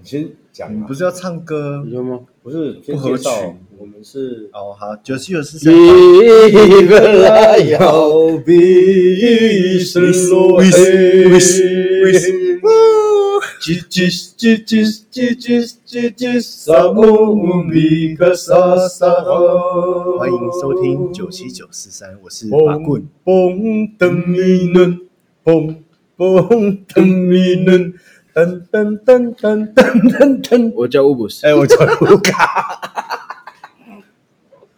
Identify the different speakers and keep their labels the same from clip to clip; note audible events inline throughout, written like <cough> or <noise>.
Speaker 1: 你先讲
Speaker 2: 你
Speaker 1: 嘛
Speaker 2: 嗯不，是要唱歌？
Speaker 3: 有吗？
Speaker 1: 不是先
Speaker 2: 不合
Speaker 1: 介绍
Speaker 2: 群，
Speaker 1: 我们是
Speaker 2: 哦，好，九十九是谁？
Speaker 3: 你本来有
Speaker 1: 要比
Speaker 2: 你
Speaker 1: 失
Speaker 2: 说
Speaker 1: 落
Speaker 2: 你说你
Speaker 1: 你
Speaker 2: 说你说
Speaker 1: 叽叽叽叽叽叽叽叽萨姆米克萨萨哦
Speaker 2: 欢迎收听九七九四三，我是法棍。
Speaker 1: 蹦噔咪能，蹦蹦噔咪能，噔噔噔噔噔噔噔。
Speaker 3: 我叫乌布斯。
Speaker 2: 哎，我叫
Speaker 1: <laughs>
Speaker 2: 卢卡。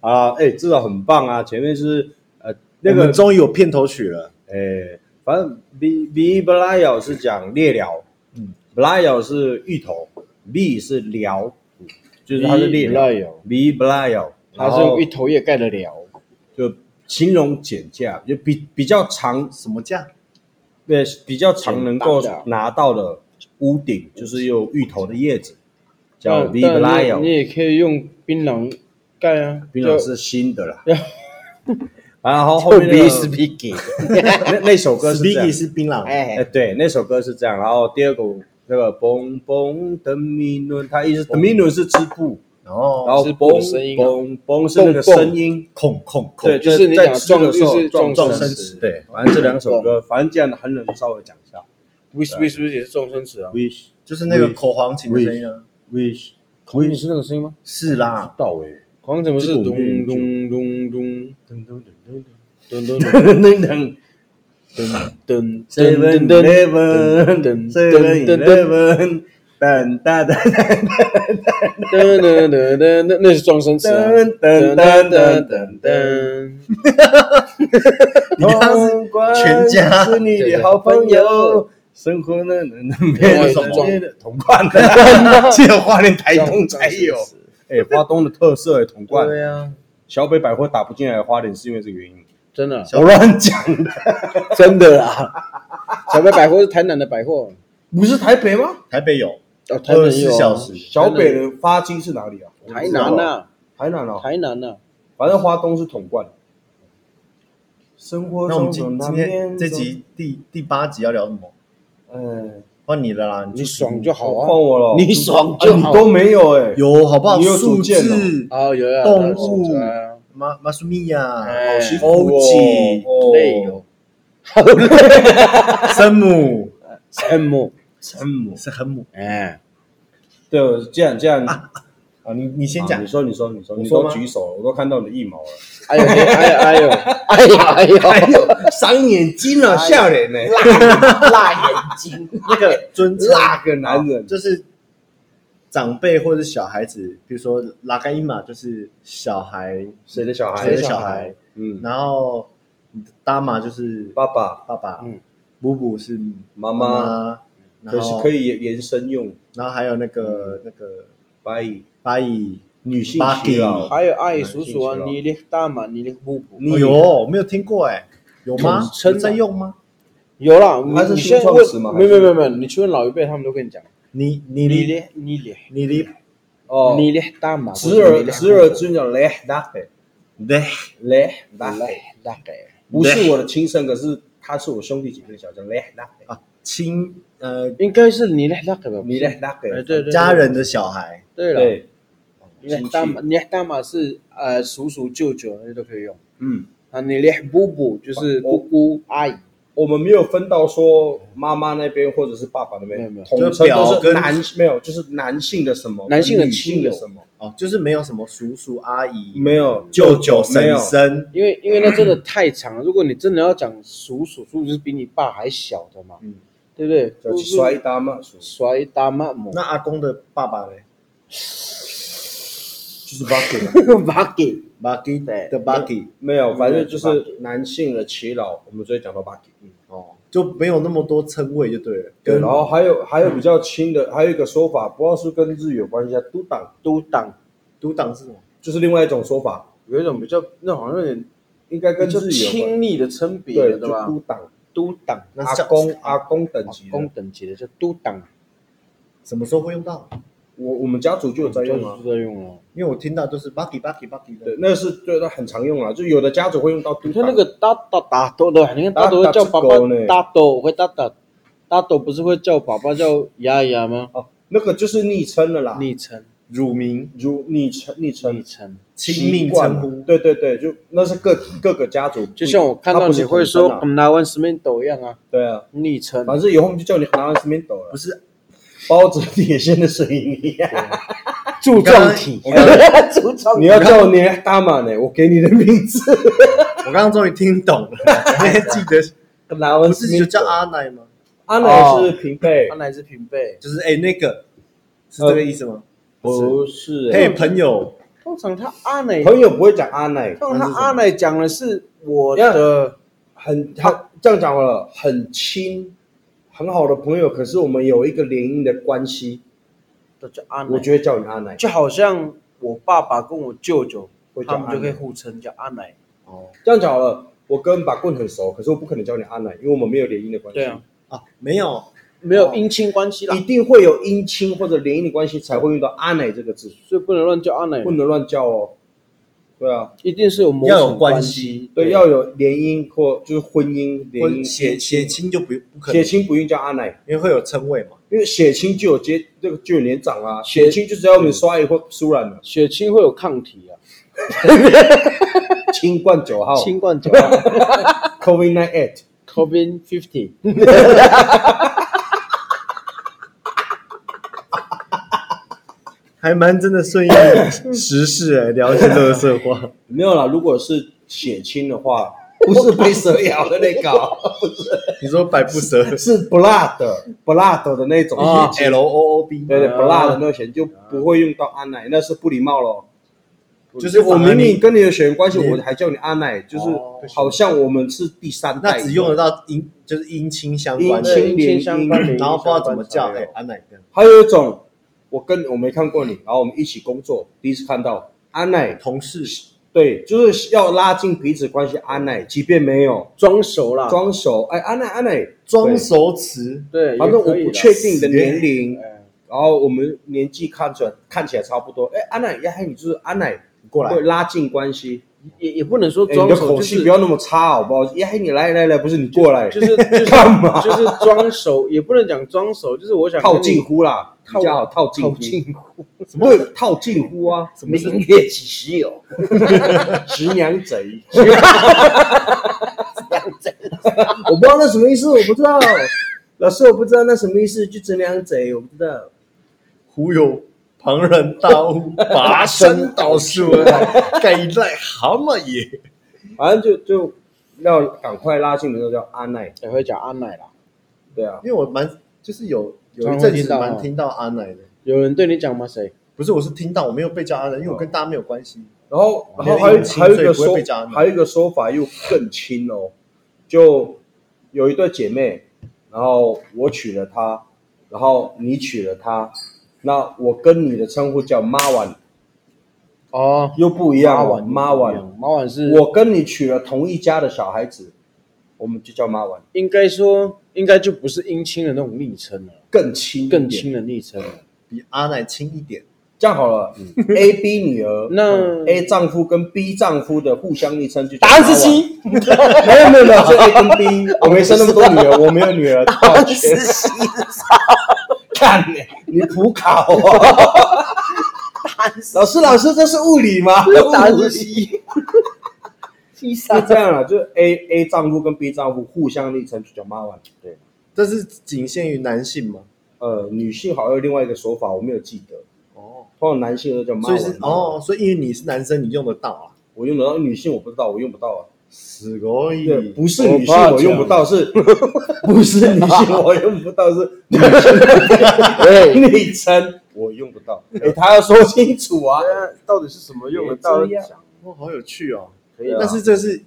Speaker 1: 啊，哎，至少很棒啊！前面是呃那
Speaker 2: 那
Speaker 1: 个
Speaker 2: 个，终于有片头曲了，
Speaker 1: 哎，反正 b b b l a y o 是讲猎寮，嗯
Speaker 2: 嗯
Speaker 1: b l a y o 是芋头，b 是寮，就是它是猎寮
Speaker 3: 有，
Speaker 1: b b l a y o
Speaker 3: 它是用芋头叶盖的寮。
Speaker 1: 就形容减价，就比比较常
Speaker 2: 什么价？
Speaker 1: 对，比较常能够
Speaker 3: 简单的
Speaker 1: 拿到的屋顶，就是有芋头的叶子，叫 v i
Speaker 3: 但
Speaker 1: b l a
Speaker 3: 嗯但你
Speaker 1: y o
Speaker 3: 你也可以用槟榔盖啊，
Speaker 1: 槟榔
Speaker 3: 就是
Speaker 1: 新的啦。然后后面
Speaker 3: <laughs>
Speaker 1: 那
Speaker 3: b
Speaker 1: 个
Speaker 3: s p e a k i n
Speaker 1: 那那首歌是这
Speaker 2: b i
Speaker 1: 样
Speaker 2: g，是槟榔，
Speaker 1: 哎，
Speaker 3: 哎，
Speaker 1: 对，那首歌是这样。然后第二个那个嘣嘣的米伦，它意思的米伦是织布，
Speaker 2: 然后
Speaker 1: 然后
Speaker 3: 织
Speaker 1: 嘣
Speaker 3: 布的声音啊
Speaker 1: 嘣嘣是那个
Speaker 3: 蹦蹦
Speaker 1: 声音，
Speaker 2: 控控控
Speaker 1: 对，，
Speaker 3: 就是你
Speaker 1: 在
Speaker 3: 讲
Speaker 1: 吃的
Speaker 3: 撞
Speaker 1: 时候
Speaker 3: 就是
Speaker 1: 撞
Speaker 3: 撞
Speaker 1: 生
Speaker 3: 生
Speaker 1: 词
Speaker 3: 词
Speaker 1: 对，反正这两首歌，反正这样的很能稍微讲一下。
Speaker 3: wish wish wish 也是撞声词啊。
Speaker 1: Wish
Speaker 2: 就是那个口簧琴的声音啊。
Speaker 1: wish
Speaker 3: 口音是那个声音吗？
Speaker 2: 是啦，
Speaker 1: 到位。
Speaker 3: 口怎么是
Speaker 1: 这
Speaker 3: 咚
Speaker 1: 个我没
Speaker 3: 咚
Speaker 1: 有
Speaker 3: 咚咚
Speaker 1: 噔噔噔
Speaker 3: 咚咚
Speaker 1: 噔噔噔
Speaker 3: 咚
Speaker 1: Seven
Speaker 3: 噔噔
Speaker 1: Eleven
Speaker 3: 噔
Speaker 1: Seven
Speaker 3: 噔噔噔
Speaker 1: Eleven 噔哒 <laughs> 哒哒
Speaker 3: 噔噔噔噔，那那是撞声词啊。
Speaker 1: 噔噔噔
Speaker 3: 噔
Speaker 1: 噔
Speaker 3: 噔噔
Speaker 1: 噔
Speaker 3: 噔
Speaker 1: 噔。
Speaker 3: 噔，
Speaker 2: 你刚刚是全家
Speaker 1: 是你的好朋友，生活呢能能变
Speaker 3: 对
Speaker 1: 成
Speaker 3: 撞
Speaker 1: 铜罐 <laughs> 的，
Speaker 2: 只有花莲台东才有。
Speaker 1: 哎，花东的特色哎，铜罐。
Speaker 3: 对呀，
Speaker 1: 小北百货打不进来的花莲是因为这个原因。
Speaker 3: 真的啊
Speaker 1: 我乱讲，
Speaker 3: 真的啦。小北百货是台南的百货，
Speaker 1: 不是台北吗？
Speaker 2: 台北有
Speaker 3: 哦，台
Speaker 2: 二
Speaker 3: 南
Speaker 2: 十
Speaker 3: 也有
Speaker 2: 四
Speaker 3: 啊
Speaker 2: 小时，
Speaker 1: 小北的发金是哪里啊？
Speaker 3: 台南
Speaker 1: 啊，
Speaker 3: 呐，
Speaker 1: 台南啊，
Speaker 3: 台南呐，
Speaker 1: 反正花东是桶罐。生活
Speaker 2: 那我
Speaker 1: 中
Speaker 2: 们今
Speaker 1: 总
Speaker 2: 今
Speaker 1: 难
Speaker 2: 天
Speaker 1: 免
Speaker 2: 这集第第八集要聊什么？
Speaker 1: 嗯，
Speaker 2: 换你了啦，
Speaker 3: 你爽就好
Speaker 1: 换
Speaker 3: 啊，
Speaker 1: 我了，
Speaker 3: 你爽
Speaker 1: 啊
Speaker 3: 就
Speaker 1: 你
Speaker 3: 好。
Speaker 1: 都没有哎，
Speaker 2: 有好不好？
Speaker 1: 你有主
Speaker 2: 数
Speaker 1: 见哦
Speaker 2: 字
Speaker 3: 啊，有啊，
Speaker 2: 动物
Speaker 3: 当然是
Speaker 2: 马马苏米亚、
Speaker 3: 哎
Speaker 1: 好辛苦
Speaker 2: 欧几、
Speaker 1: 哦，
Speaker 3: 累哦，
Speaker 2: 生母、
Speaker 3: 羡慕，
Speaker 1: 沉默。
Speaker 2: 是很母
Speaker 3: 哎，
Speaker 1: 对，这样这样，
Speaker 2: 啊。你你先
Speaker 1: 啊
Speaker 2: 讲
Speaker 1: 你，说你说你说，
Speaker 2: 我
Speaker 1: 你
Speaker 2: 说
Speaker 1: 都
Speaker 2: 吗
Speaker 1: 举手了，我都看到你的腋毛了。
Speaker 2: <laughs>
Speaker 3: 哎呦，哎呦，哎呦，哎呦，哎呦，
Speaker 1: 伤眼睛
Speaker 2: 哎
Speaker 1: 了，笑脸呢？
Speaker 2: 欸
Speaker 3: 辣眼
Speaker 2: <laughs>
Speaker 3: 睛，那个
Speaker 2: 尊称
Speaker 1: 那个男人，
Speaker 2: 就是长辈或者小孩子，比如说拉盖伊玛就是小孩，
Speaker 1: 谁的小孩？
Speaker 2: 谁的小孩？
Speaker 1: 嗯，
Speaker 2: 然后大妈就是
Speaker 1: 爸爸
Speaker 2: 爸爸
Speaker 3: 嗯，
Speaker 2: 布布是
Speaker 1: 妈妈，
Speaker 2: 妈，然
Speaker 1: 可是
Speaker 2: 后
Speaker 1: 可以延延伸用
Speaker 2: 然后还有那个那个
Speaker 1: 白蚁
Speaker 2: 巴以，
Speaker 1: 女性
Speaker 2: 巴
Speaker 1: 需
Speaker 2: 蒂
Speaker 1: 要。
Speaker 3: 还有阿姨叔叔啊，你的大妈，你的姑姑，
Speaker 1: 你
Speaker 2: 哎呦，没有听过哎，有吗
Speaker 3: 统？称啊
Speaker 2: 有在用吗？
Speaker 3: 有啦，
Speaker 1: 它是
Speaker 3: 你你
Speaker 1: 新
Speaker 3: 现在
Speaker 1: 创始
Speaker 3: 问
Speaker 1: 吗，
Speaker 3: 没有没有没有没有，你去问老一辈，他们都跟你讲，
Speaker 2: 你你
Speaker 3: 你
Speaker 2: 你
Speaker 3: 的你的
Speaker 2: 你你
Speaker 1: 哦，
Speaker 3: 你的大妈，
Speaker 1: 侄儿侄儿尊叫雷达菲，
Speaker 2: 对，
Speaker 1: 雷达菲，
Speaker 3: 来大概
Speaker 1: 不是我的亲生，可是他是我兄弟姐妹的小叫雷达菲，
Speaker 2: 啊，亲呃
Speaker 3: 应该是你的大概吧，
Speaker 1: 哦你雷达菲，
Speaker 3: 哎对对
Speaker 2: 家人的小孩，
Speaker 3: 对了，
Speaker 1: 对，
Speaker 3: 你的大妈，你的大妈是呃叔叔舅舅那都可以用。
Speaker 1: 嗯，
Speaker 3: 啊，你连姑姑就是姑姑阿姨，
Speaker 1: 我们没有分到说妈妈那边或者是爸爸那
Speaker 3: 没有
Speaker 1: 边
Speaker 3: 没有，
Speaker 1: 统
Speaker 2: 就是
Speaker 1: 称都
Speaker 2: 表
Speaker 1: 是
Speaker 2: 跟
Speaker 1: 男没有，就是男性的什么，
Speaker 3: 男性的
Speaker 1: 女
Speaker 3: 亲
Speaker 1: 性的
Speaker 3: 友
Speaker 1: 什么，
Speaker 2: 哦，就是没有什么叔叔阿姨、
Speaker 1: 没有
Speaker 2: 舅舅、
Speaker 1: 没有
Speaker 2: 婶婶，
Speaker 3: 因为因为那真的太长了。如果你真的要讲叔叔，叔叔是比你爸还小的嘛，
Speaker 2: 嗯
Speaker 3: 对不对？
Speaker 1: 叫摔大妈叔，
Speaker 3: 甩大妈母，
Speaker 2: 那阿公的爸爸呢？
Speaker 1: 就是
Speaker 3: <laughs>
Speaker 1: bucket，
Speaker 3: 把给
Speaker 2: Buggy
Speaker 3: 对
Speaker 2: 的 Buggy
Speaker 1: 没有，反正就
Speaker 2: 没有
Speaker 1: 是男性的耆老，我们所以讲到 bucket。
Speaker 3: 嗯
Speaker 2: 哦，就没有那么多称谓就对了。
Speaker 1: 对，
Speaker 2: 跟
Speaker 1: 然后还有还有比较轻的，还有一个说法，不知道是跟日语有关系啊，都党
Speaker 3: 都当，
Speaker 2: 独党是什么？
Speaker 1: 就是另外一种说法，
Speaker 3: 有一种比较那好像有点
Speaker 1: 应该跟
Speaker 3: 比较
Speaker 1: 日语有关。
Speaker 3: 亲密的称别，
Speaker 1: 对，
Speaker 3: 对
Speaker 1: 就
Speaker 3: 吧？
Speaker 1: 都党
Speaker 3: 都当，
Speaker 2: 那
Speaker 1: 阿
Speaker 2: 是叫
Speaker 1: 公阿公等级的。
Speaker 3: 公等级的叫都当，
Speaker 2: 什么时候会用到？
Speaker 1: 我我们家族就有在用啊。
Speaker 3: 在用了。
Speaker 2: 因为我听到就是 Buggy Buggy Buggy
Speaker 1: 对
Speaker 2: 的，，
Speaker 1: 那是对，那很常用啊，就有的家族会用到都
Speaker 3: 你
Speaker 1: 党。
Speaker 3: 看那个大大大豆的，你看大豆会叫爸
Speaker 1: 大大
Speaker 3: 爸
Speaker 1: 只狗呢
Speaker 3: 大豆，会大大大豆不是会叫爸爸叫丫丫吗？
Speaker 1: 哦，那个就是昵称了啦，
Speaker 3: 昵称，
Speaker 2: 乳名
Speaker 1: 如昵称昵
Speaker 3: 昵
Speaker 1: 称
Speaker 3: 称，
Speaker 2: 亲密
Speaker 1: 习惯
Speaker 2: 称呼
Speaker 1: 对对对，就那是各各个家族不一，
Speaker 3: 就像我看到
Speaker 1: 它不是
Speaker 3: 你会
Speaker 1: 统称
Speaker 3: 说嗯
Speaker 1: 啊
Speaker 3: 我们台湾什么抖一样啊，
Speaker 1: 对啊，
Speaker 3: 昵称。
Speaker 1: 反正以后我们就叫你拿完面抖了
Speaker 2: 不，是
Speaker 1: 包着铁线的水泥、
Speaker 3: 柱状体， <laughs> 柱状
Speaker 1: <laughs> 你
Speaker 3: 体。
Speaker 1: 要叫你大马呢，我给你的名字，
Speaker 2: 我刚刚终于听懂了， <laughs> 我也记得，
Speaker 1: 拿完
Speaker 2: 不是就叫阿奶吗？
Speaker 1: 阿奶是平辈
Speaker 3: 他，乃是平辈，
Speaker 2: 就是哎、那个是这个意思吗？
Speaker 1: 不是
Speaker 2: 嘿、
Speaker 1: 欸
Speaker 2: 朋友，
Speaker 3: 通常他阿奶，
Speaker 1: 朋友不会讲阿奶，
Speaker 3: 通常他阿奶讲的是我的，
Speaker 1: 很他这样讲好了，很亲，很好的朋友，可是我们有一个联姻的关系，
Speaker 3: 都叫阿奶。
Speaker 1: 我就会叫你阿奶，
Speaker 3: 就好像我爸爸跟我舅舅
Speaker 1: 会，叫阿
Speaker 3: 他
Speaker 1: 奶
Speaker 3: 们就可以互称叫阿奶。
Speaker 2: 哦
Speaker 1: 这样讲好了。我跟把棍很熟，可是我不可能叫你阿奶，因为我们没有联姻的关系。
Speaker 3: 对啊，
Speaker 2: 啊，没有，
Speaker 3: 没
Speaker 1: 哦
Speaker 3: 有姻亲关系啦
Speaker 1: 一，定会有姻亲或者联姻的关系才会用到阿奶这个字，
Speaker 3: 所以不能乱叫阿奶
Speaker 1: 不，能乱叫哦。对啊，
Speaker 3: 一定是有某
Speaker 2: 要有
Speaker 3: 种
Speaker 2: 关
Speaker 3: 系。
Speaker 2: 系，
Speaker 1: 对，要有联姻或就是婚姻联
Speaker 2: 或
Speaker 1: 姻，
Speaker 2: 血血亲就不不可能
Speaker 1: 血，亲不用叫阿奶，
Speaker 2: 因为会有称谓嘛。
Speaker 1: 因为血亲就有接这个就有年长啊，
Speaker 3: 血
Speaker 1: 血亲就只要你刷一或输染了，
Speaker 3: 血清会有抗体啊，
Speaker 1: 清冠九号
Speaker 3: 新冠九
Speaker 1: <laughs> COVID nine eight，
Speaker 3: COVID fifty，
Speaker 2: 还蛮真的顺 <laughs> 应时事哎、聊一些乐色话。
Speaker 1: 没有啦。如果是血亲的话， <laughs> 不是被蛇咬的那个哦，
Speaker 2: <laughs> 你说百步 <laughs> 蛇
Speaker 1: <laughs> 是 blood blood 的那种血亲，
Speaker 2: ，L O O B，
Speaker 1: 对对
Speaker 3: 啊
Speaker 1: ，blood 的那种血亲就不会用到阿奶，那是不礼貌喽。
Speaker 2: 就是
Speaker 1: 我
Speaker 2: 反而
Speaker 1: 明
Speaker 2: 你
Speaker 1: 明跟你有血缘关系，
Speaker 2: 你
Speaker 1: 我还叫你阿奶，就是
Speaker 3: 哦
Speaker 1: 好像我们是第三代，
Speaker 2: 那只用得到姻就是姻亲相关
Speaker 1: 姻
Speaker 2: 的，
Speaker 1: 亲联
Speaker 3: 姻亲相关
Speaker 1: 姻。
Speaker 3: 的
Speaker 2: 然后不知道怎么叫
Speaker 3: 姻
Speaker 2: 哎、
Speaker 3: 亲相关才有
Speaker 2: 安奶这样
Speaker 1: 还有一种，我跟我没看过你，然后我们一起工作，第一次看到阿奶，
Speaker 2: 同事
Speaker 1: 对，就是要拉近彼此关系。阿奶，即便没有
Speaker 3: 装熟啦，
Speaker 1: 装熟，哎，阿奶阿奶，
Speaker 2: 装熟词，
Speaker 3: 对，
Speaker 1: 对，反正我不确定你的
Speaker 2: 也可以啦
Speaker 1: 年龄，
Speaker 3: 哎
Speaker 1: 然后我们年纪看出来看起来差不多，哎，阿奶，呀嘿，你就是阿奶，
Speaker 2: 你过来
Speaker 1: 会拉近关系。
Speaker 3: 也也不能说
Speaker 1: 哎你
Speaker 3: 装
Speaker 1: 的
Speaker 3: 熟，
Speaker 1: 口
Speaker 3: 就
Speaker 1: 气
Speaker 3: 是
Speaker 1: 不要那么差，好不好？呀嘿，你来来来，不是你过来，
Speaker 3: 就
Speaker 1: <laughs>
Speaker 3: 是就是
Speaker 1: 干嘛
Speaker 3: 就是装熟， <laughs> 也不能讲装熟，就是我想跟你
Speaker 1: 套近乎啦，
Speaker 3: 套
Speaker 1: 比较好套近乎
Speaker 3: 套。近乎，
Speaker 1: <laughs> 什么对套近乎啊？ <laughs> 什
Speaker 3: 明月几时有？
Speaker 1: <laughs> 十娘贼？ <laughs> 我不知道那什么意思，我不知道。老师，我不知道那什么意思，就直娘贼，我不知道。
Speaker 2: 忽悠庞然大物，拔山倒树，啊 <laughs> 盖在蛤蟆也。
Speaker 1: 反正就就要赶快拉近的时候叫阿奈，
Speaker 3: 也哎会讲阿奶啦。
Speaker 1: 对啊，
Speaker 2: 因为我蛮就是有
Speaker 1: <laughs>
Speaker 2: 有一
Speaker 3: 常常
Speaker 2: 阵
Speaker 3: 听
Speaker 2: 子
Speaker 3: 到
Speaker 2: 蛮
Speaker 3: 哦
Speaker 2: 听到安奶的，
Speaker 3: 有人对你讲吗？谁？
Speaker 2: 不是我是听到我没有被叫安奶，因为
Speaker 1: 哦
Speaker 2: 我跟大家没有关系。
Speaker 1: 然后
Speaker 2: 哦
Speaker 1: 然后还有
Speaker 2: 年龄轻
Speaker 1: 还有一个
Speaker 2: 所以不会被叫
Speaker 1: 说
Speaker 2: 阿奈
Speaker 1: 还有一个说法又更亲哦，就有一对姐妹，然后我娶了她，然后你娶了她，那我跟你的称呼叫妈碗
Speaker 3: 哦，
Speaker 1: 又不一样哦，妈碗。
Speaker 3: 马碗是
Speaker 1: 我跟你娶了同一家的小孩子，我们就叫妈玩，
Speaker 3: 应该说应该就不是姻亲的那种昵称了，
Speaker 1: 更亲一点
Speaker 3: 更亲，的昵称了。
Speaker 2: 比阿奶轻一点，
Speaker 1: 这样好了。A、B 女儿，嗯
Speaker 3: 那
Speaker 1: A 丈夫跟 B 丈夫的互相昵称就叫
Speaker 3: 答案是
Speaker 1: 妈碗。<laughs>
Speaker 3: C，
Speaker 1: 没有没有没有，是 A 跟 B，我没生那么多女儿，我没有女
Speaker 2: <laughs>
Speaker 1: 儿，抱歉。看你，你普考哦。老师老师，这是物理
Speaker 3: <laughs>
Speaker 1: 吗？
Speaker 3: 答案是 C。C
Speaker 1: 是这样了，啊就是 A A 丈夫跟 B 丈夫互相昵称就叫妈玩。对，
Speaker 2: 这是仅限于男性吗？
Speaker 1: 呃，女性好像有另外一个说法，我没有记得。
Speaker 2: 哦，
Speaker 1: 通常男性都叫妈
Speaker 2: 所
Speaker 1: 玩。
Speaker 2: 以是哦，所以因为你是男生，你用得到啊。
Speaker 1: 我用得到，女性我不知道，我用不到啊。
Speaker 2: すごい
Speaker 1: 对，不是女性
Speaker 3: 我怕
Speaker 1: 我用不到，是 <laughs> 不是女性我用不到，是女
Speaker 3: 对，
Speaker 1: 性昵称我用不到。哎，他要说清楚啊。哎
Speaker 3: 到底是什么用得
Speaker 1: 也
Speaker 3: 到
Speaker 1: 这样
Speaker 3: 讲？
Speaker 2: 哇，好有趣哦。
Speaker 3: 可以
Speaker 1: 对啊
Speaker 3: 啦，
Speaker 2: 但是这是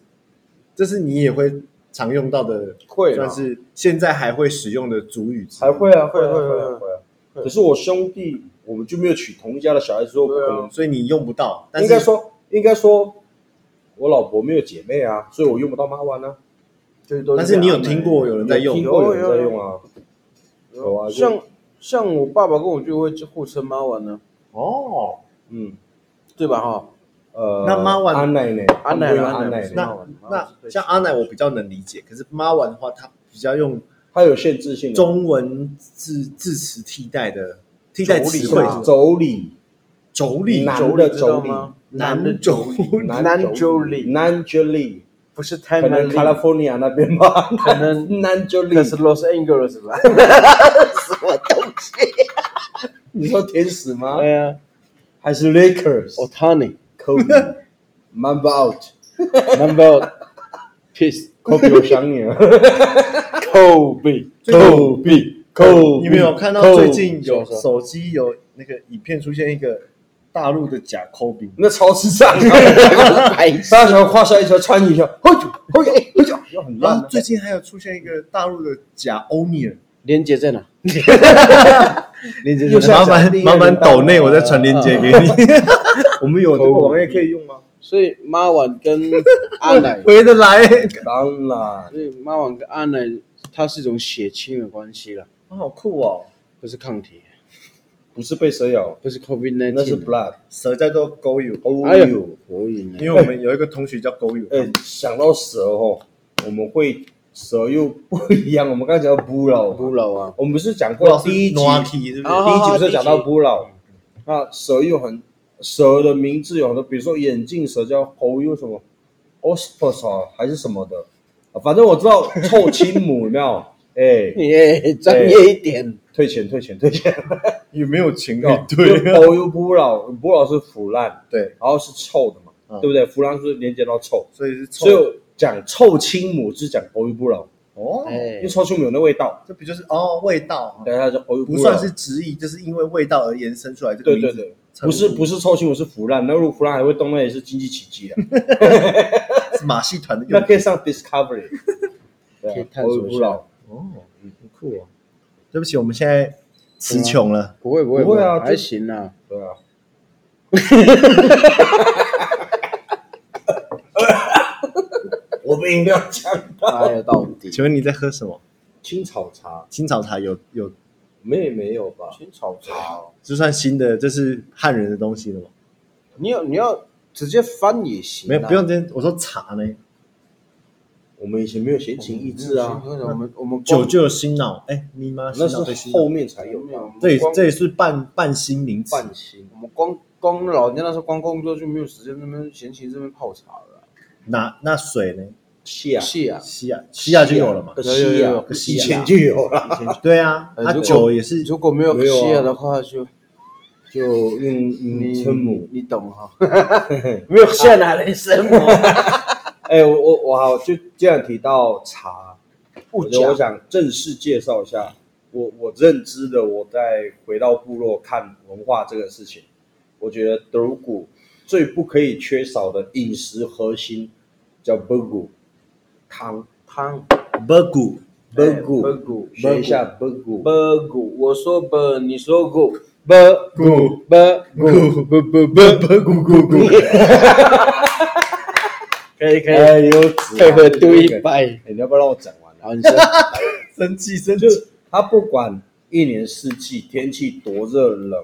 Speaker 2: 这是你也会常用到的，
Speaker 3: 会啦
Speaker 2: 算是现在还会使用的主语词，
Speaker 1: 还会啊，会啊
Speaker 3: 会
Speaker 1: 会
Speaker 3: 啊
Speaker 1: 啊
Speaker 3: 会
Speaker 1: 会
Speaker 3: 啊
Speaker 1: 啊会啊。可是我兄弟，我们就没有娶同一家的小孩子，所以我不可能。
Speaker 2: 所以你用不到。啊但
Speaker 1: 应
Speaker 2: 是
Speaker 1: 该说，应该说，我老婆没有姐妹啊，所以我用不到妈玩啊。
Speaker 3: 最多
Speaker 2: 但是你有听过有人在用
Speaker 1: 听过有人在
Speaker 3: 有有
Speaker 1: 用啊。有啊，就
Speaker 3: 像像我爸爸跟我舅会互称妈碗呢，
Speaker 2: 哦，
Speaker 1: 嗯
Speaker 3: 对吧？哈，
Speaker 1: 呃，
Speaker 2: 那妈玩
Speaker 1: 安奈呢？
Speaker 3: 阿
Speaker 1: 他们
Speaker 3: 奶啦
Speaker 1: 用安
Speaker 3: 阿奶
Speaker 1: 奈
Speaker 3: 不
Speaker 1: 呢，
Speaker 3: 是妈
Speaker 2: 那
Speaker 3: 丸妈丸是
Speaker 2: 那
Speaker 3: 最
Speaker 2: 像阿奶我比较能理解，可是妈玩的话，它比较用
Speaker 1: 它有限制性的。
Speaker 2: 中文字字词替代的啊替代词汇，
Speaker 1: 妯娌，
Speaker 2: 妯娌，
Speaker 1: 男
Speaker 3: 妯
Speaker 1: 的
Speaker 3: 娌知道
Speaker 1: 妯
Speaker 3: 吗
Speaker 1: 娌，
Speaker 2: 男妯娌，
Speaker 1: 男妯
Speaker 3: 妯娌
Speaker 1: 男妯娌，
Speaker 3: 不是 t i
Speaker 1: 可
Speaker 3: m
Speaker 1: 能 California 那边吧，
Speaker 3: 可
Speaker 1: <laughs>
Speaker 3: 能
Speaker 1: 男妯
Speaker 3: 那是
Speaker 1: 娌，
Speaker 3: Los Angeles <laughs> 吧？
Speaker 1: 你说天使吗？
Speaker 3: 对哎呀
Speaker 1: 还是 Lakers？
Speaker 3: o t a n i
Speaker 1: Kobe Mamba out，Kobe
Speaker 3: n u m b e r Peace
Speaker 1: 我想你了。
Speaker 3: Kobe
Speaker 2: 最近
Speaker 3: Kobe
Speaker 2: 你没有看到最近有手机有那个影片出现一个大陆的假抠饼，
Speaker 1: 那超智
Speaker 2: <laughs>
Speaker 1: 障，大小胯下一条穿一条，后脚后脚后脚，又很
Speaker 2: 然
Speaker 1: 烂
Speaker 2: 后。最近还有出现一个大陆的假欧尼尔，
Speaker 3: 连接在哪？连接
Speaker 1: 右
Speaker 3: 在
Speaker 1: 下
Speaker 3: 哪？
Speaker 1: 麻烦麻烦岛内我再传链接
Speaker 2: 给你。啊
Speaker 1: <laughs>
Speaker 2: 我们有这个网页可以用吗？，
Speaker 3: 所以马婉跟阿 <laughs> 奶
Speaker 2: 回得来，
Speaker 1: 当然，
Speaker 3: 所以马婉跟阿奶，它是一种血亲的关系了，
Speaker 2: 好酷哦！
Speaker 3: 不是抗体，
Speaker 1: 不是被蛇咬，
Speaker 3: 不是 COVID
Speaker 2: 哎
Speaker 3: 1 9
Speaker 1: 那是 blood。
Speaker 2: 蛇叫做狗友，
Speaker 1: 哦
Speaker 3: 哎
Speaker 1: 呦
Speaker 3: 呦，，可以呢。
Speaker 2: 因为我们有一个同学叫狗友，
Speaker 1: 哎，想到蛇哦，我们会蛇又不一样。我们刚才讲到捕老，
Speaker 3: 不老啊，
Speaker 1: 我们不是讲
Speaker 2: 不
Speaker 1: 过
Speaker 2: 知道是
Speaker 1: 第一集，
Speaker 2: 哪
Speaker 1: 第
Speaker 2: 题是不
Speaker 3: 啊
Speaker 2: 是？
Speaker 1: 一集嗯不是讲到捕老，那蛇又很蛇的名字有很多，比如说眼镜蛇叫猴又什么 o s p o s 啊还是什么的，啊反正我知道臭亲母有没有？ <laughs> 哎、
Speaker 3: 耶，专业一点。
Speaker 1: 退钱退钱退
Speaker 2: <laughs>
Speaker 1: 钱，
Speaker 2: 有没有情侣
Speaker 1: 因为猴又捕老，捕老是腐烂，
Speaker 2: 对，
Speaker 1: 然后是臭的嘛，
Speaker 2: 嗯
Speaker 1: 对不对？腐烂是连接到臭，
Speaker 2: 所以是
Speaker 1: 所以
Speaker 2: 臭
Speaker 1: 我讲臭亲母是讲猴又捕老，
Speaker 2: 哦，
Speaker 1: 因
Speaker 3: 哎
Speaker 1: 为，臭亲母有那味道，
Speaker 2: 这不就是哦味道啊？
Speaker 1: 等一下叫猴又
Speaker 2: 不
Speaker 1: 捕
Speaker 2: 算
Speaker 1: 老。
Speaker 2: 是直译，就是因为味道而延伸出来这个
Speaker 1: 对
Speaker 2: 名
Speaker 1: 对
Speaker 2: 字。
Speaker 1: 对，不是不是臭亲母是腐烂，那如果腐烂还会动，那也是经济奇迹啊了。
Speaker 2: 是马戏团的
Speaker 1: 那
Speaker 2: 用
Speaker 1: 可以上 Discovery，
Speaker 3: <laughs> 可以
Speaker 1: 对啊，
Speaker 3: 探索
Speaker 1: 我
Speaker 3: 一下
Speaker 1: 也不老。
Speaker 2: 哦，很酷哦。对不起，我们现在词穷了，
Speaker 3: 不会不会
Speaker 1: 不会啊
Speaker 3: 还
Speaker 1: 这
Speaker 3: 行啊。
Speaker 1: 对啊，我们饮料讲
Speaker 3: 哎呀，到底
Speaker 2: 请问你在喝什么？
Speaker 1: 青草茶，
Speaker 2: 青草茶有有，
Speaker 1: 没没有吧？
Speaker 3: 青草茶哦，
Speaker 2: 这算新的，这是汉人的东西了吗？
Speaker 3: 你有你要直接翻也行啊，
Speaker 2: 没有，不用这样。我说茶呢，
Speaker 1: 我们以前没有闲情逸致啊，
Speaker 3: 我们我们
Speaker 2: 酒就有心脑，哎，你妈
Speaker 3: 嗯
Speaker 1: 那
Speaker 2: 心脑对
Speaker 1: 是
Speaker 2: 心脑
Speaker 1: 后面才有
Speaker 3: 有没
Speaker 1: 的
Speaker 3: 有
Speaker 1: 啊。？
Speaker 2: 这也
Speaker 3: 光
Speaker 2: 这也是半半心灵词，
Speaker 1: 半心
Speaker 3: 我们光光老人家那时候光工作就没有时间那边闲情这边泡茶了啊。
Speaker 2: 那那水呢？
Speaker 1: 蟹啊，
Speaker 3: 是啊，
Speaker 2: 西亚西亚就有了嘛
Speaker 1: 可？
Speaker 3: 有有
Speaker 1: 惜
Speaker 3: 有
Speaker 1: 啊，
Speaker 3: 可
Speaker 2: 惜
Speaker 1: 以
Speaker 2: 啊
Speaker 1: 前就有了，
Speaker 3: 以前就
Speaker 1: <laughs>
Speaker 2: 对啊，
Speaker 3: 呃
Speaker 2: 那
Speaker 3: 如果
Speaker 2: 酒也是
Speaker 3: 如果没有
Speaker 1: 没有啊嗯
Speaker 3: 西亚的话，就
Speaker 1: 就用
Speaker 3: 你
Speaker 1: 你称母。
Speaker 3: 你懂啊哈？没有西亚哪来生母？
Speaker 2: <laughs>
Speaker 1: 哎，我我我好，就这样提到茶，
Speaker 3: 不
Speaker 1: 我觉得我
Speaker 3: 讲
Speaker 1: 想正式介绍一下我我认知的，我在回到部落看文化这个事情，我觉得德鲁古最不可以缺少的饮食核心叫 b u r g 汤
Speaker 3: 汤
Speaker 2: b u g
Speaker 1: ，b u
Speaker 3: 哎
Speaker 1: r g
Speaker 3: burgu，
Speaker 1: 学一下 b u r g b
Speaker 3: burgu，我说 b，你说 gu
Speaker 1: u
Speaker 2: u
Speaker 3: b，
Speaker 2: 咕咕咕咕咕咕
Speaker 1: <laughs>
Speaker 2: 咕，
Speaker 3: 可以可
Speaker 1: 哎呦，配
Speaker 3: 配合丢一百。
Speaker 1: 你要不要让我讲完啊？
Speaker 3: 好，你说
Speaker 2: 生气生气
Speaker 1: 就，它不管一年四季天气多热冷，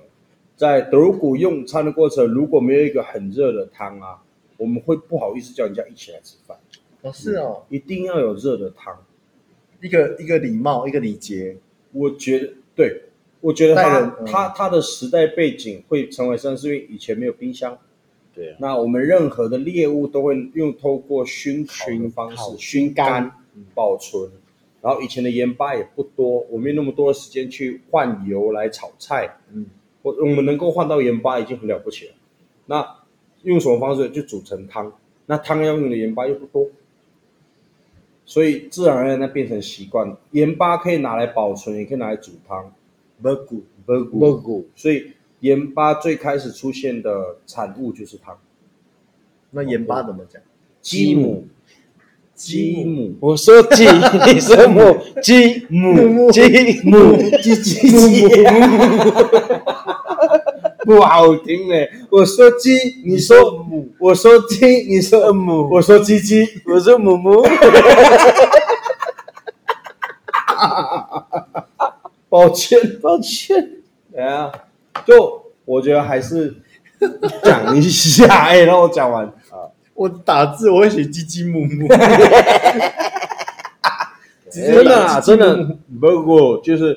Speaker 1: 在德鲁古用餐的过程，如果没有一个很热的汤啊，我们会不好意思叫人家一起来吃饭。
Speaker 2: 哦是哦，
Speaker 1: 一定要有热的汤。
Speaker 2: 一个一个礼貌，一个礼节，
Speaker 1: 我觉得，对我觉得
Speaker 2: 带
Speaker 1: 他
Speaker 2: 人嗯
Speaker 1: 他他的时代背景会成为三是因为以前没有冰箱，
Speaker 3: 对啊，
Speaker 1: 那我们任何的猎物都会用透过熏烤的方
Speaker 3: 烤
Speaker 1: 式熏干保存。然后以前的盐巴也不多，我没有那么多的时间去换油来炒菜，
Speaker 2: 嗯，
Speaker 1: 我我们能够换到盐巴已经很了不起了。那用什么方式就煮成汤？那汤要用的盐巴又不多，所以自然而然它变成习惯。盐巴可以拿来保存，也可以拿来煮汤。
Speaker 2: b u g
Speaker 1: 不
Speaker 3: burgu
Speaker 1: 所以盐巴最开始出现的产物就是汤。
Speaker 2: 那盐巴怎么讲？
Speaker 1: 鸡母，
Speaker 2: 鸡
Speaker 1: 鸡母，
Speaker 3: 我说 <laughs> 鸡，你说母，鸡母鸡母
Speaker 1: 鸡鸡鸡，不好听嘞！我说鸡，你说母；我说鸡，你说母；我说鸡鸡，
Speaker 3: 我说母母，
Speaker 1: 抱歉。
Speaker 3: 抱歉，
Speaker 1: 对啊，就我觉得还是讲一下，哎、让我讲完啊，
Speaker 2: 我打字我会写鸡鸡木
Speaker 1: <laughs>
Speaker 2: 木，直接
Speaker 1: 真的
Speaker 2: 打
Speaker 1: 啊，
Speaker 2: 鸡鸡
Speaker 1: 真
Speaker 2: 木
Speaker 1: <laughs>
Speaker 2: 木
Speaker 1: 的，不过就是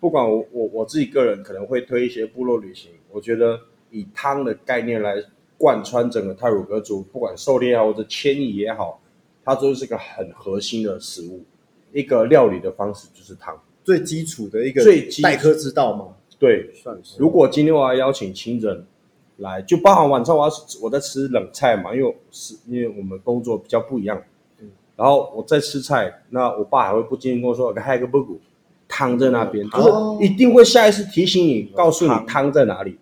Speaker 1: 不不管我我我自己个人可能会推一些部落旅行，我觉得以汤的概念来贯穿整个泰鲁格族，不管狩猎啊也好或者迁移也好，它都是个很核心的食物，一个料理的方式就是汤。
Speaker 2: 最基础的一个
Speaker 1: 最基础
Speaker 2: 待客之道嘛。
Speaker 1: 对，
Speaker 3: 算是
Speaker 1: 如果今天我要邀请亲人来，就包含晚上我要吃我在吃冷菜嘛，因为我是因为我们工作比较不一样，
Speaker 3: 嗯
Speaker 1: 然后我在吃菜，那我爸还会不经意跟我说，哎还有个 burger 汤在那
Speaker 3: 嗯
Speaker 1: 边，就是
Speaker 2: 哦
Speaker 1: 一定会下意识提醒你，告诉你
Speaker 3: 汤
Speaker 1: 汤在哪里。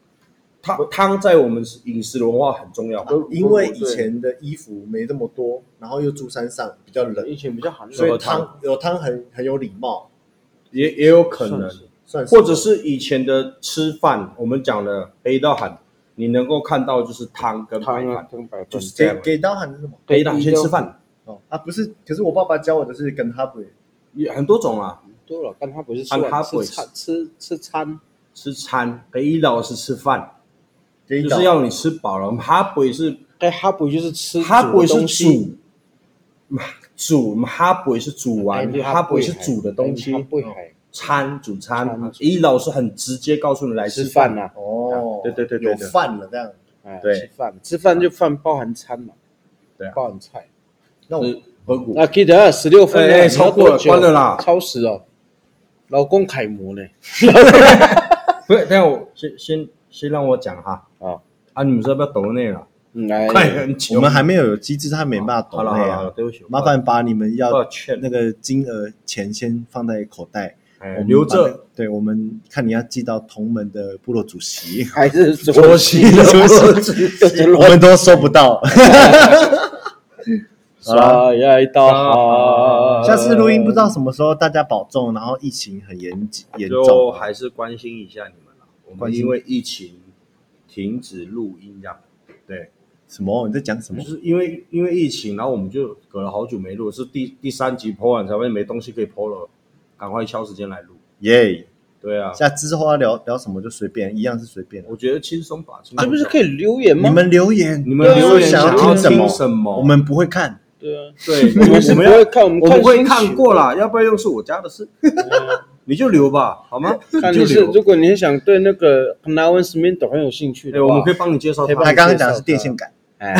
Speaker 1: 汤汤在我们饮食文化很重要，
Speaker 2: 因为以前的衣服没那么多，然后又住山上比较
Speaker 1: 嗯
Speaker 2: 冷，
Speaker 3: 以前比较寒冷，
Speaker 2: 所以
Speaker 1: 喝
Speaker 2: 汤有汤很很有礼貌，
Speaker 1: 也也有可能
Speaker 3: 算，是
Speaker 2: 算是
Speaker 1: 或者是以前的吃饭，我们讲的黑道喊，你能够看到就是汤跟白
Speaker 3: 汤啊
Speaker 1: 饭，，
Speaker 3: 跟白饭
Speaker 1: 就是这样
Speaker 2: 给。给刀喊是什么？
Speaker 1: 黑道先吃饭，
Speaker 2: 哦啊，不是，可是我爸爸教我的是跟他不
Speaker 1: 也很多种啊。
Speaker 3: 对了，但他不是吃
Speaker 1: 但他
Speaker 3: 完
Speaker 1: 不
Speaker 3: 吃
Speaker 1: 是
Speaker 3: 餐吃吃餐，
Speaker 1: 吃餐，北医老是吃饭，
Speaker 2: 给
Speaker 1: 就
Speaker 2: 刀
Speaker 1: 是要你吃饱了。哈不是，
Speaker 3: 哎，他不就是吃
Speaker 1: 哈不
Speaker 3: 的
Speaker 1: 是
Speaker 3: 东西，
Speaker 1: 煮，煮哈不是煮
Speaker 2: 哎
Speaker 1: 完，哈哎不是煮的东西
Speaker 3: 他，哎不海
Speaker 1: 餐煮餐
Speaker 3: 餐。
Speaker 1: 医老是很直接告诉你来
Speaker 3: 哎吃
Speaker 1: 饭
Speaker 3: 饭，呐，
Speaker 2: 哦，
Speaker 1: 啊对对对对
Speaker 2: 有
Speaker 1: 对
Speaker 2: 饭了这样。
Speaker 3: 哎，
Speaker 1: 对
Speaker 3: 吃饭吃饭就饭包含餐嘛，
Speaker 1: 对啊
Speaker 3: 包含菜。
Speaker 2: 那我
Speaker 1: 是合谷
Speaker 3: 那记得啊十六分
Speaker 1: 哎哎
Speaker 3: 了，
Speaker 1: 超过了
Speaker 3: 你要多久
Speaker 1: 关了啦
Speaker 3: 超时哦。老公楷模呢？
Speaker 1: 不是，等一下我先先先让我讲哈。
Speaker 3: 啊，
Speaker 1: 啊，你们是要不要抖内了？
Speaker 3: 嗯，来，，
Speaker 1: 快很久，
Speaker 2: 哎我们还没有有机制，他没办法懂
Speaker 1: 好了好
Speaker 2: 内
Speaker 1: 了好了，
Speaker 2: 啊。
Speaker 1: 对不起，
Speaker 2: 麻烦把你们要
Speaker 1: 抱歉
Speaker 2: 那个金额钱先放在口袋，
Speaker 1: 哎
Speaker 2: 我们
Speaker 1: 留
Speaker 2: 把那
Speaker 1: 着。。
Speaker 2: 对我们看你要寄到同门的部落主席
Speaker 3: <laughs> 还是什
Speaker 1: 我
Speaker 3: 么
Speaker 1: 是
Speaker 2: 我
Speaker 3: <laughs>
Speaker 2: 我们都收不 <laughs> 到。好啦
Speaker 3: 沙呀一刀啊！
Speaker 2: 下次录音不知道什么时候，大家保重，然后疫情很严谨严
Speaker 1: 就
Speaker 2: 重，
Speaker 1: 还是关心一下你们了。我
Speaker 2: 关
Speaker 1: 们
Speaker 2: 心
Speaker 1: 因为疫情停止录音，这样对，
Speaker 2: 什么？你在讲什么
Speaker 1: 就？是因为因为疫情，然后我们就隔了好久没录，是第第三集 PO 完才发现没东西可以 PO 了，赶快敲时间来录。
Speaker 2: 耶！
Speaker 1: 对啊，
Speaker 2: 下之后要聊聊什么就随便，一样是随便。
Speaker 1: 我觉得轻松吧，轻
Speaker 3: 是
Speaker 1: 松
Speaker 3: 不是
Speaker 1: 吧
Speaker 3: 可以留言吗？
Speaker 2: 你们留言，
Speaker 1: 你们留言
Speaker 2: 啊
Speaker 1: 想
Speaker 2: 想听什
Speaker 1: 听
Speaker 2: 么？
Speaker 1: 什么？
Speaker 2: 我们不会看，
Speaker 3: 对啊，
Speaker 1: 对，
Speaker 3: 我们是
Speaker 1: 我
Speaker 3: 不
Speaker 1: 们要
Speaker 3: 会看，我们
Speaker 1: 我们会
Speaker 3: 心
Speaker 1: 看
Speaker 3: 情哦
Speaker 1: 过啦，要不然又是我家的事，你就留吧，好吗？
Speaker 3: 看
Speaker 1: 你
Speaker 3: 你是
Speaker 1: 就，
Speaker 3: 如
Speaker 1: 留。
Speaker 3: 果你是想对那个 n a w a n Smith 很有兴趣
Speaker 1: 对，
Speaker 3: 的
Speaker 1: 哎我
Speaker 3: 话，
Speaker 1: 们可以帮你介绍
Speaker 3: 可以
Speaker 1: 他
Speaker 3: 帮
Speaker 2: 他
Speaker 3: 你。
Speaker 2: 刚刚讲的是电线杆，
Speaker 3: 哎，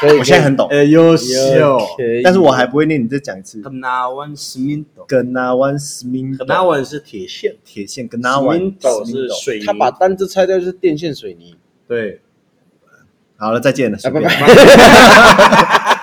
Speaker 3: 所以
Speaker 2: 我现在很懂，
Speaker 1: 哎，优秀
Speaker 3: 有，可以，
Speaker 2: 但是我还不会念，你再讲一次。
Speaker 1: 那完斯明斗。
Speaker 2: 跟那湾 s m i n
Speaker 1: 那碗是铁线，
Speaker 2: 铁线跟那湾
Speaker 1: Sminto 是水泥。
Speaker 3: 他把单字拆掉就是电线水泥。
Speaker 1: 对，
Speaker 2: 好了，再见了，
Speaker 3: 啊，
Speaker 2: 随
Speaker 3: 拜
Speaker 2: 便。
Speaker 3: 拜。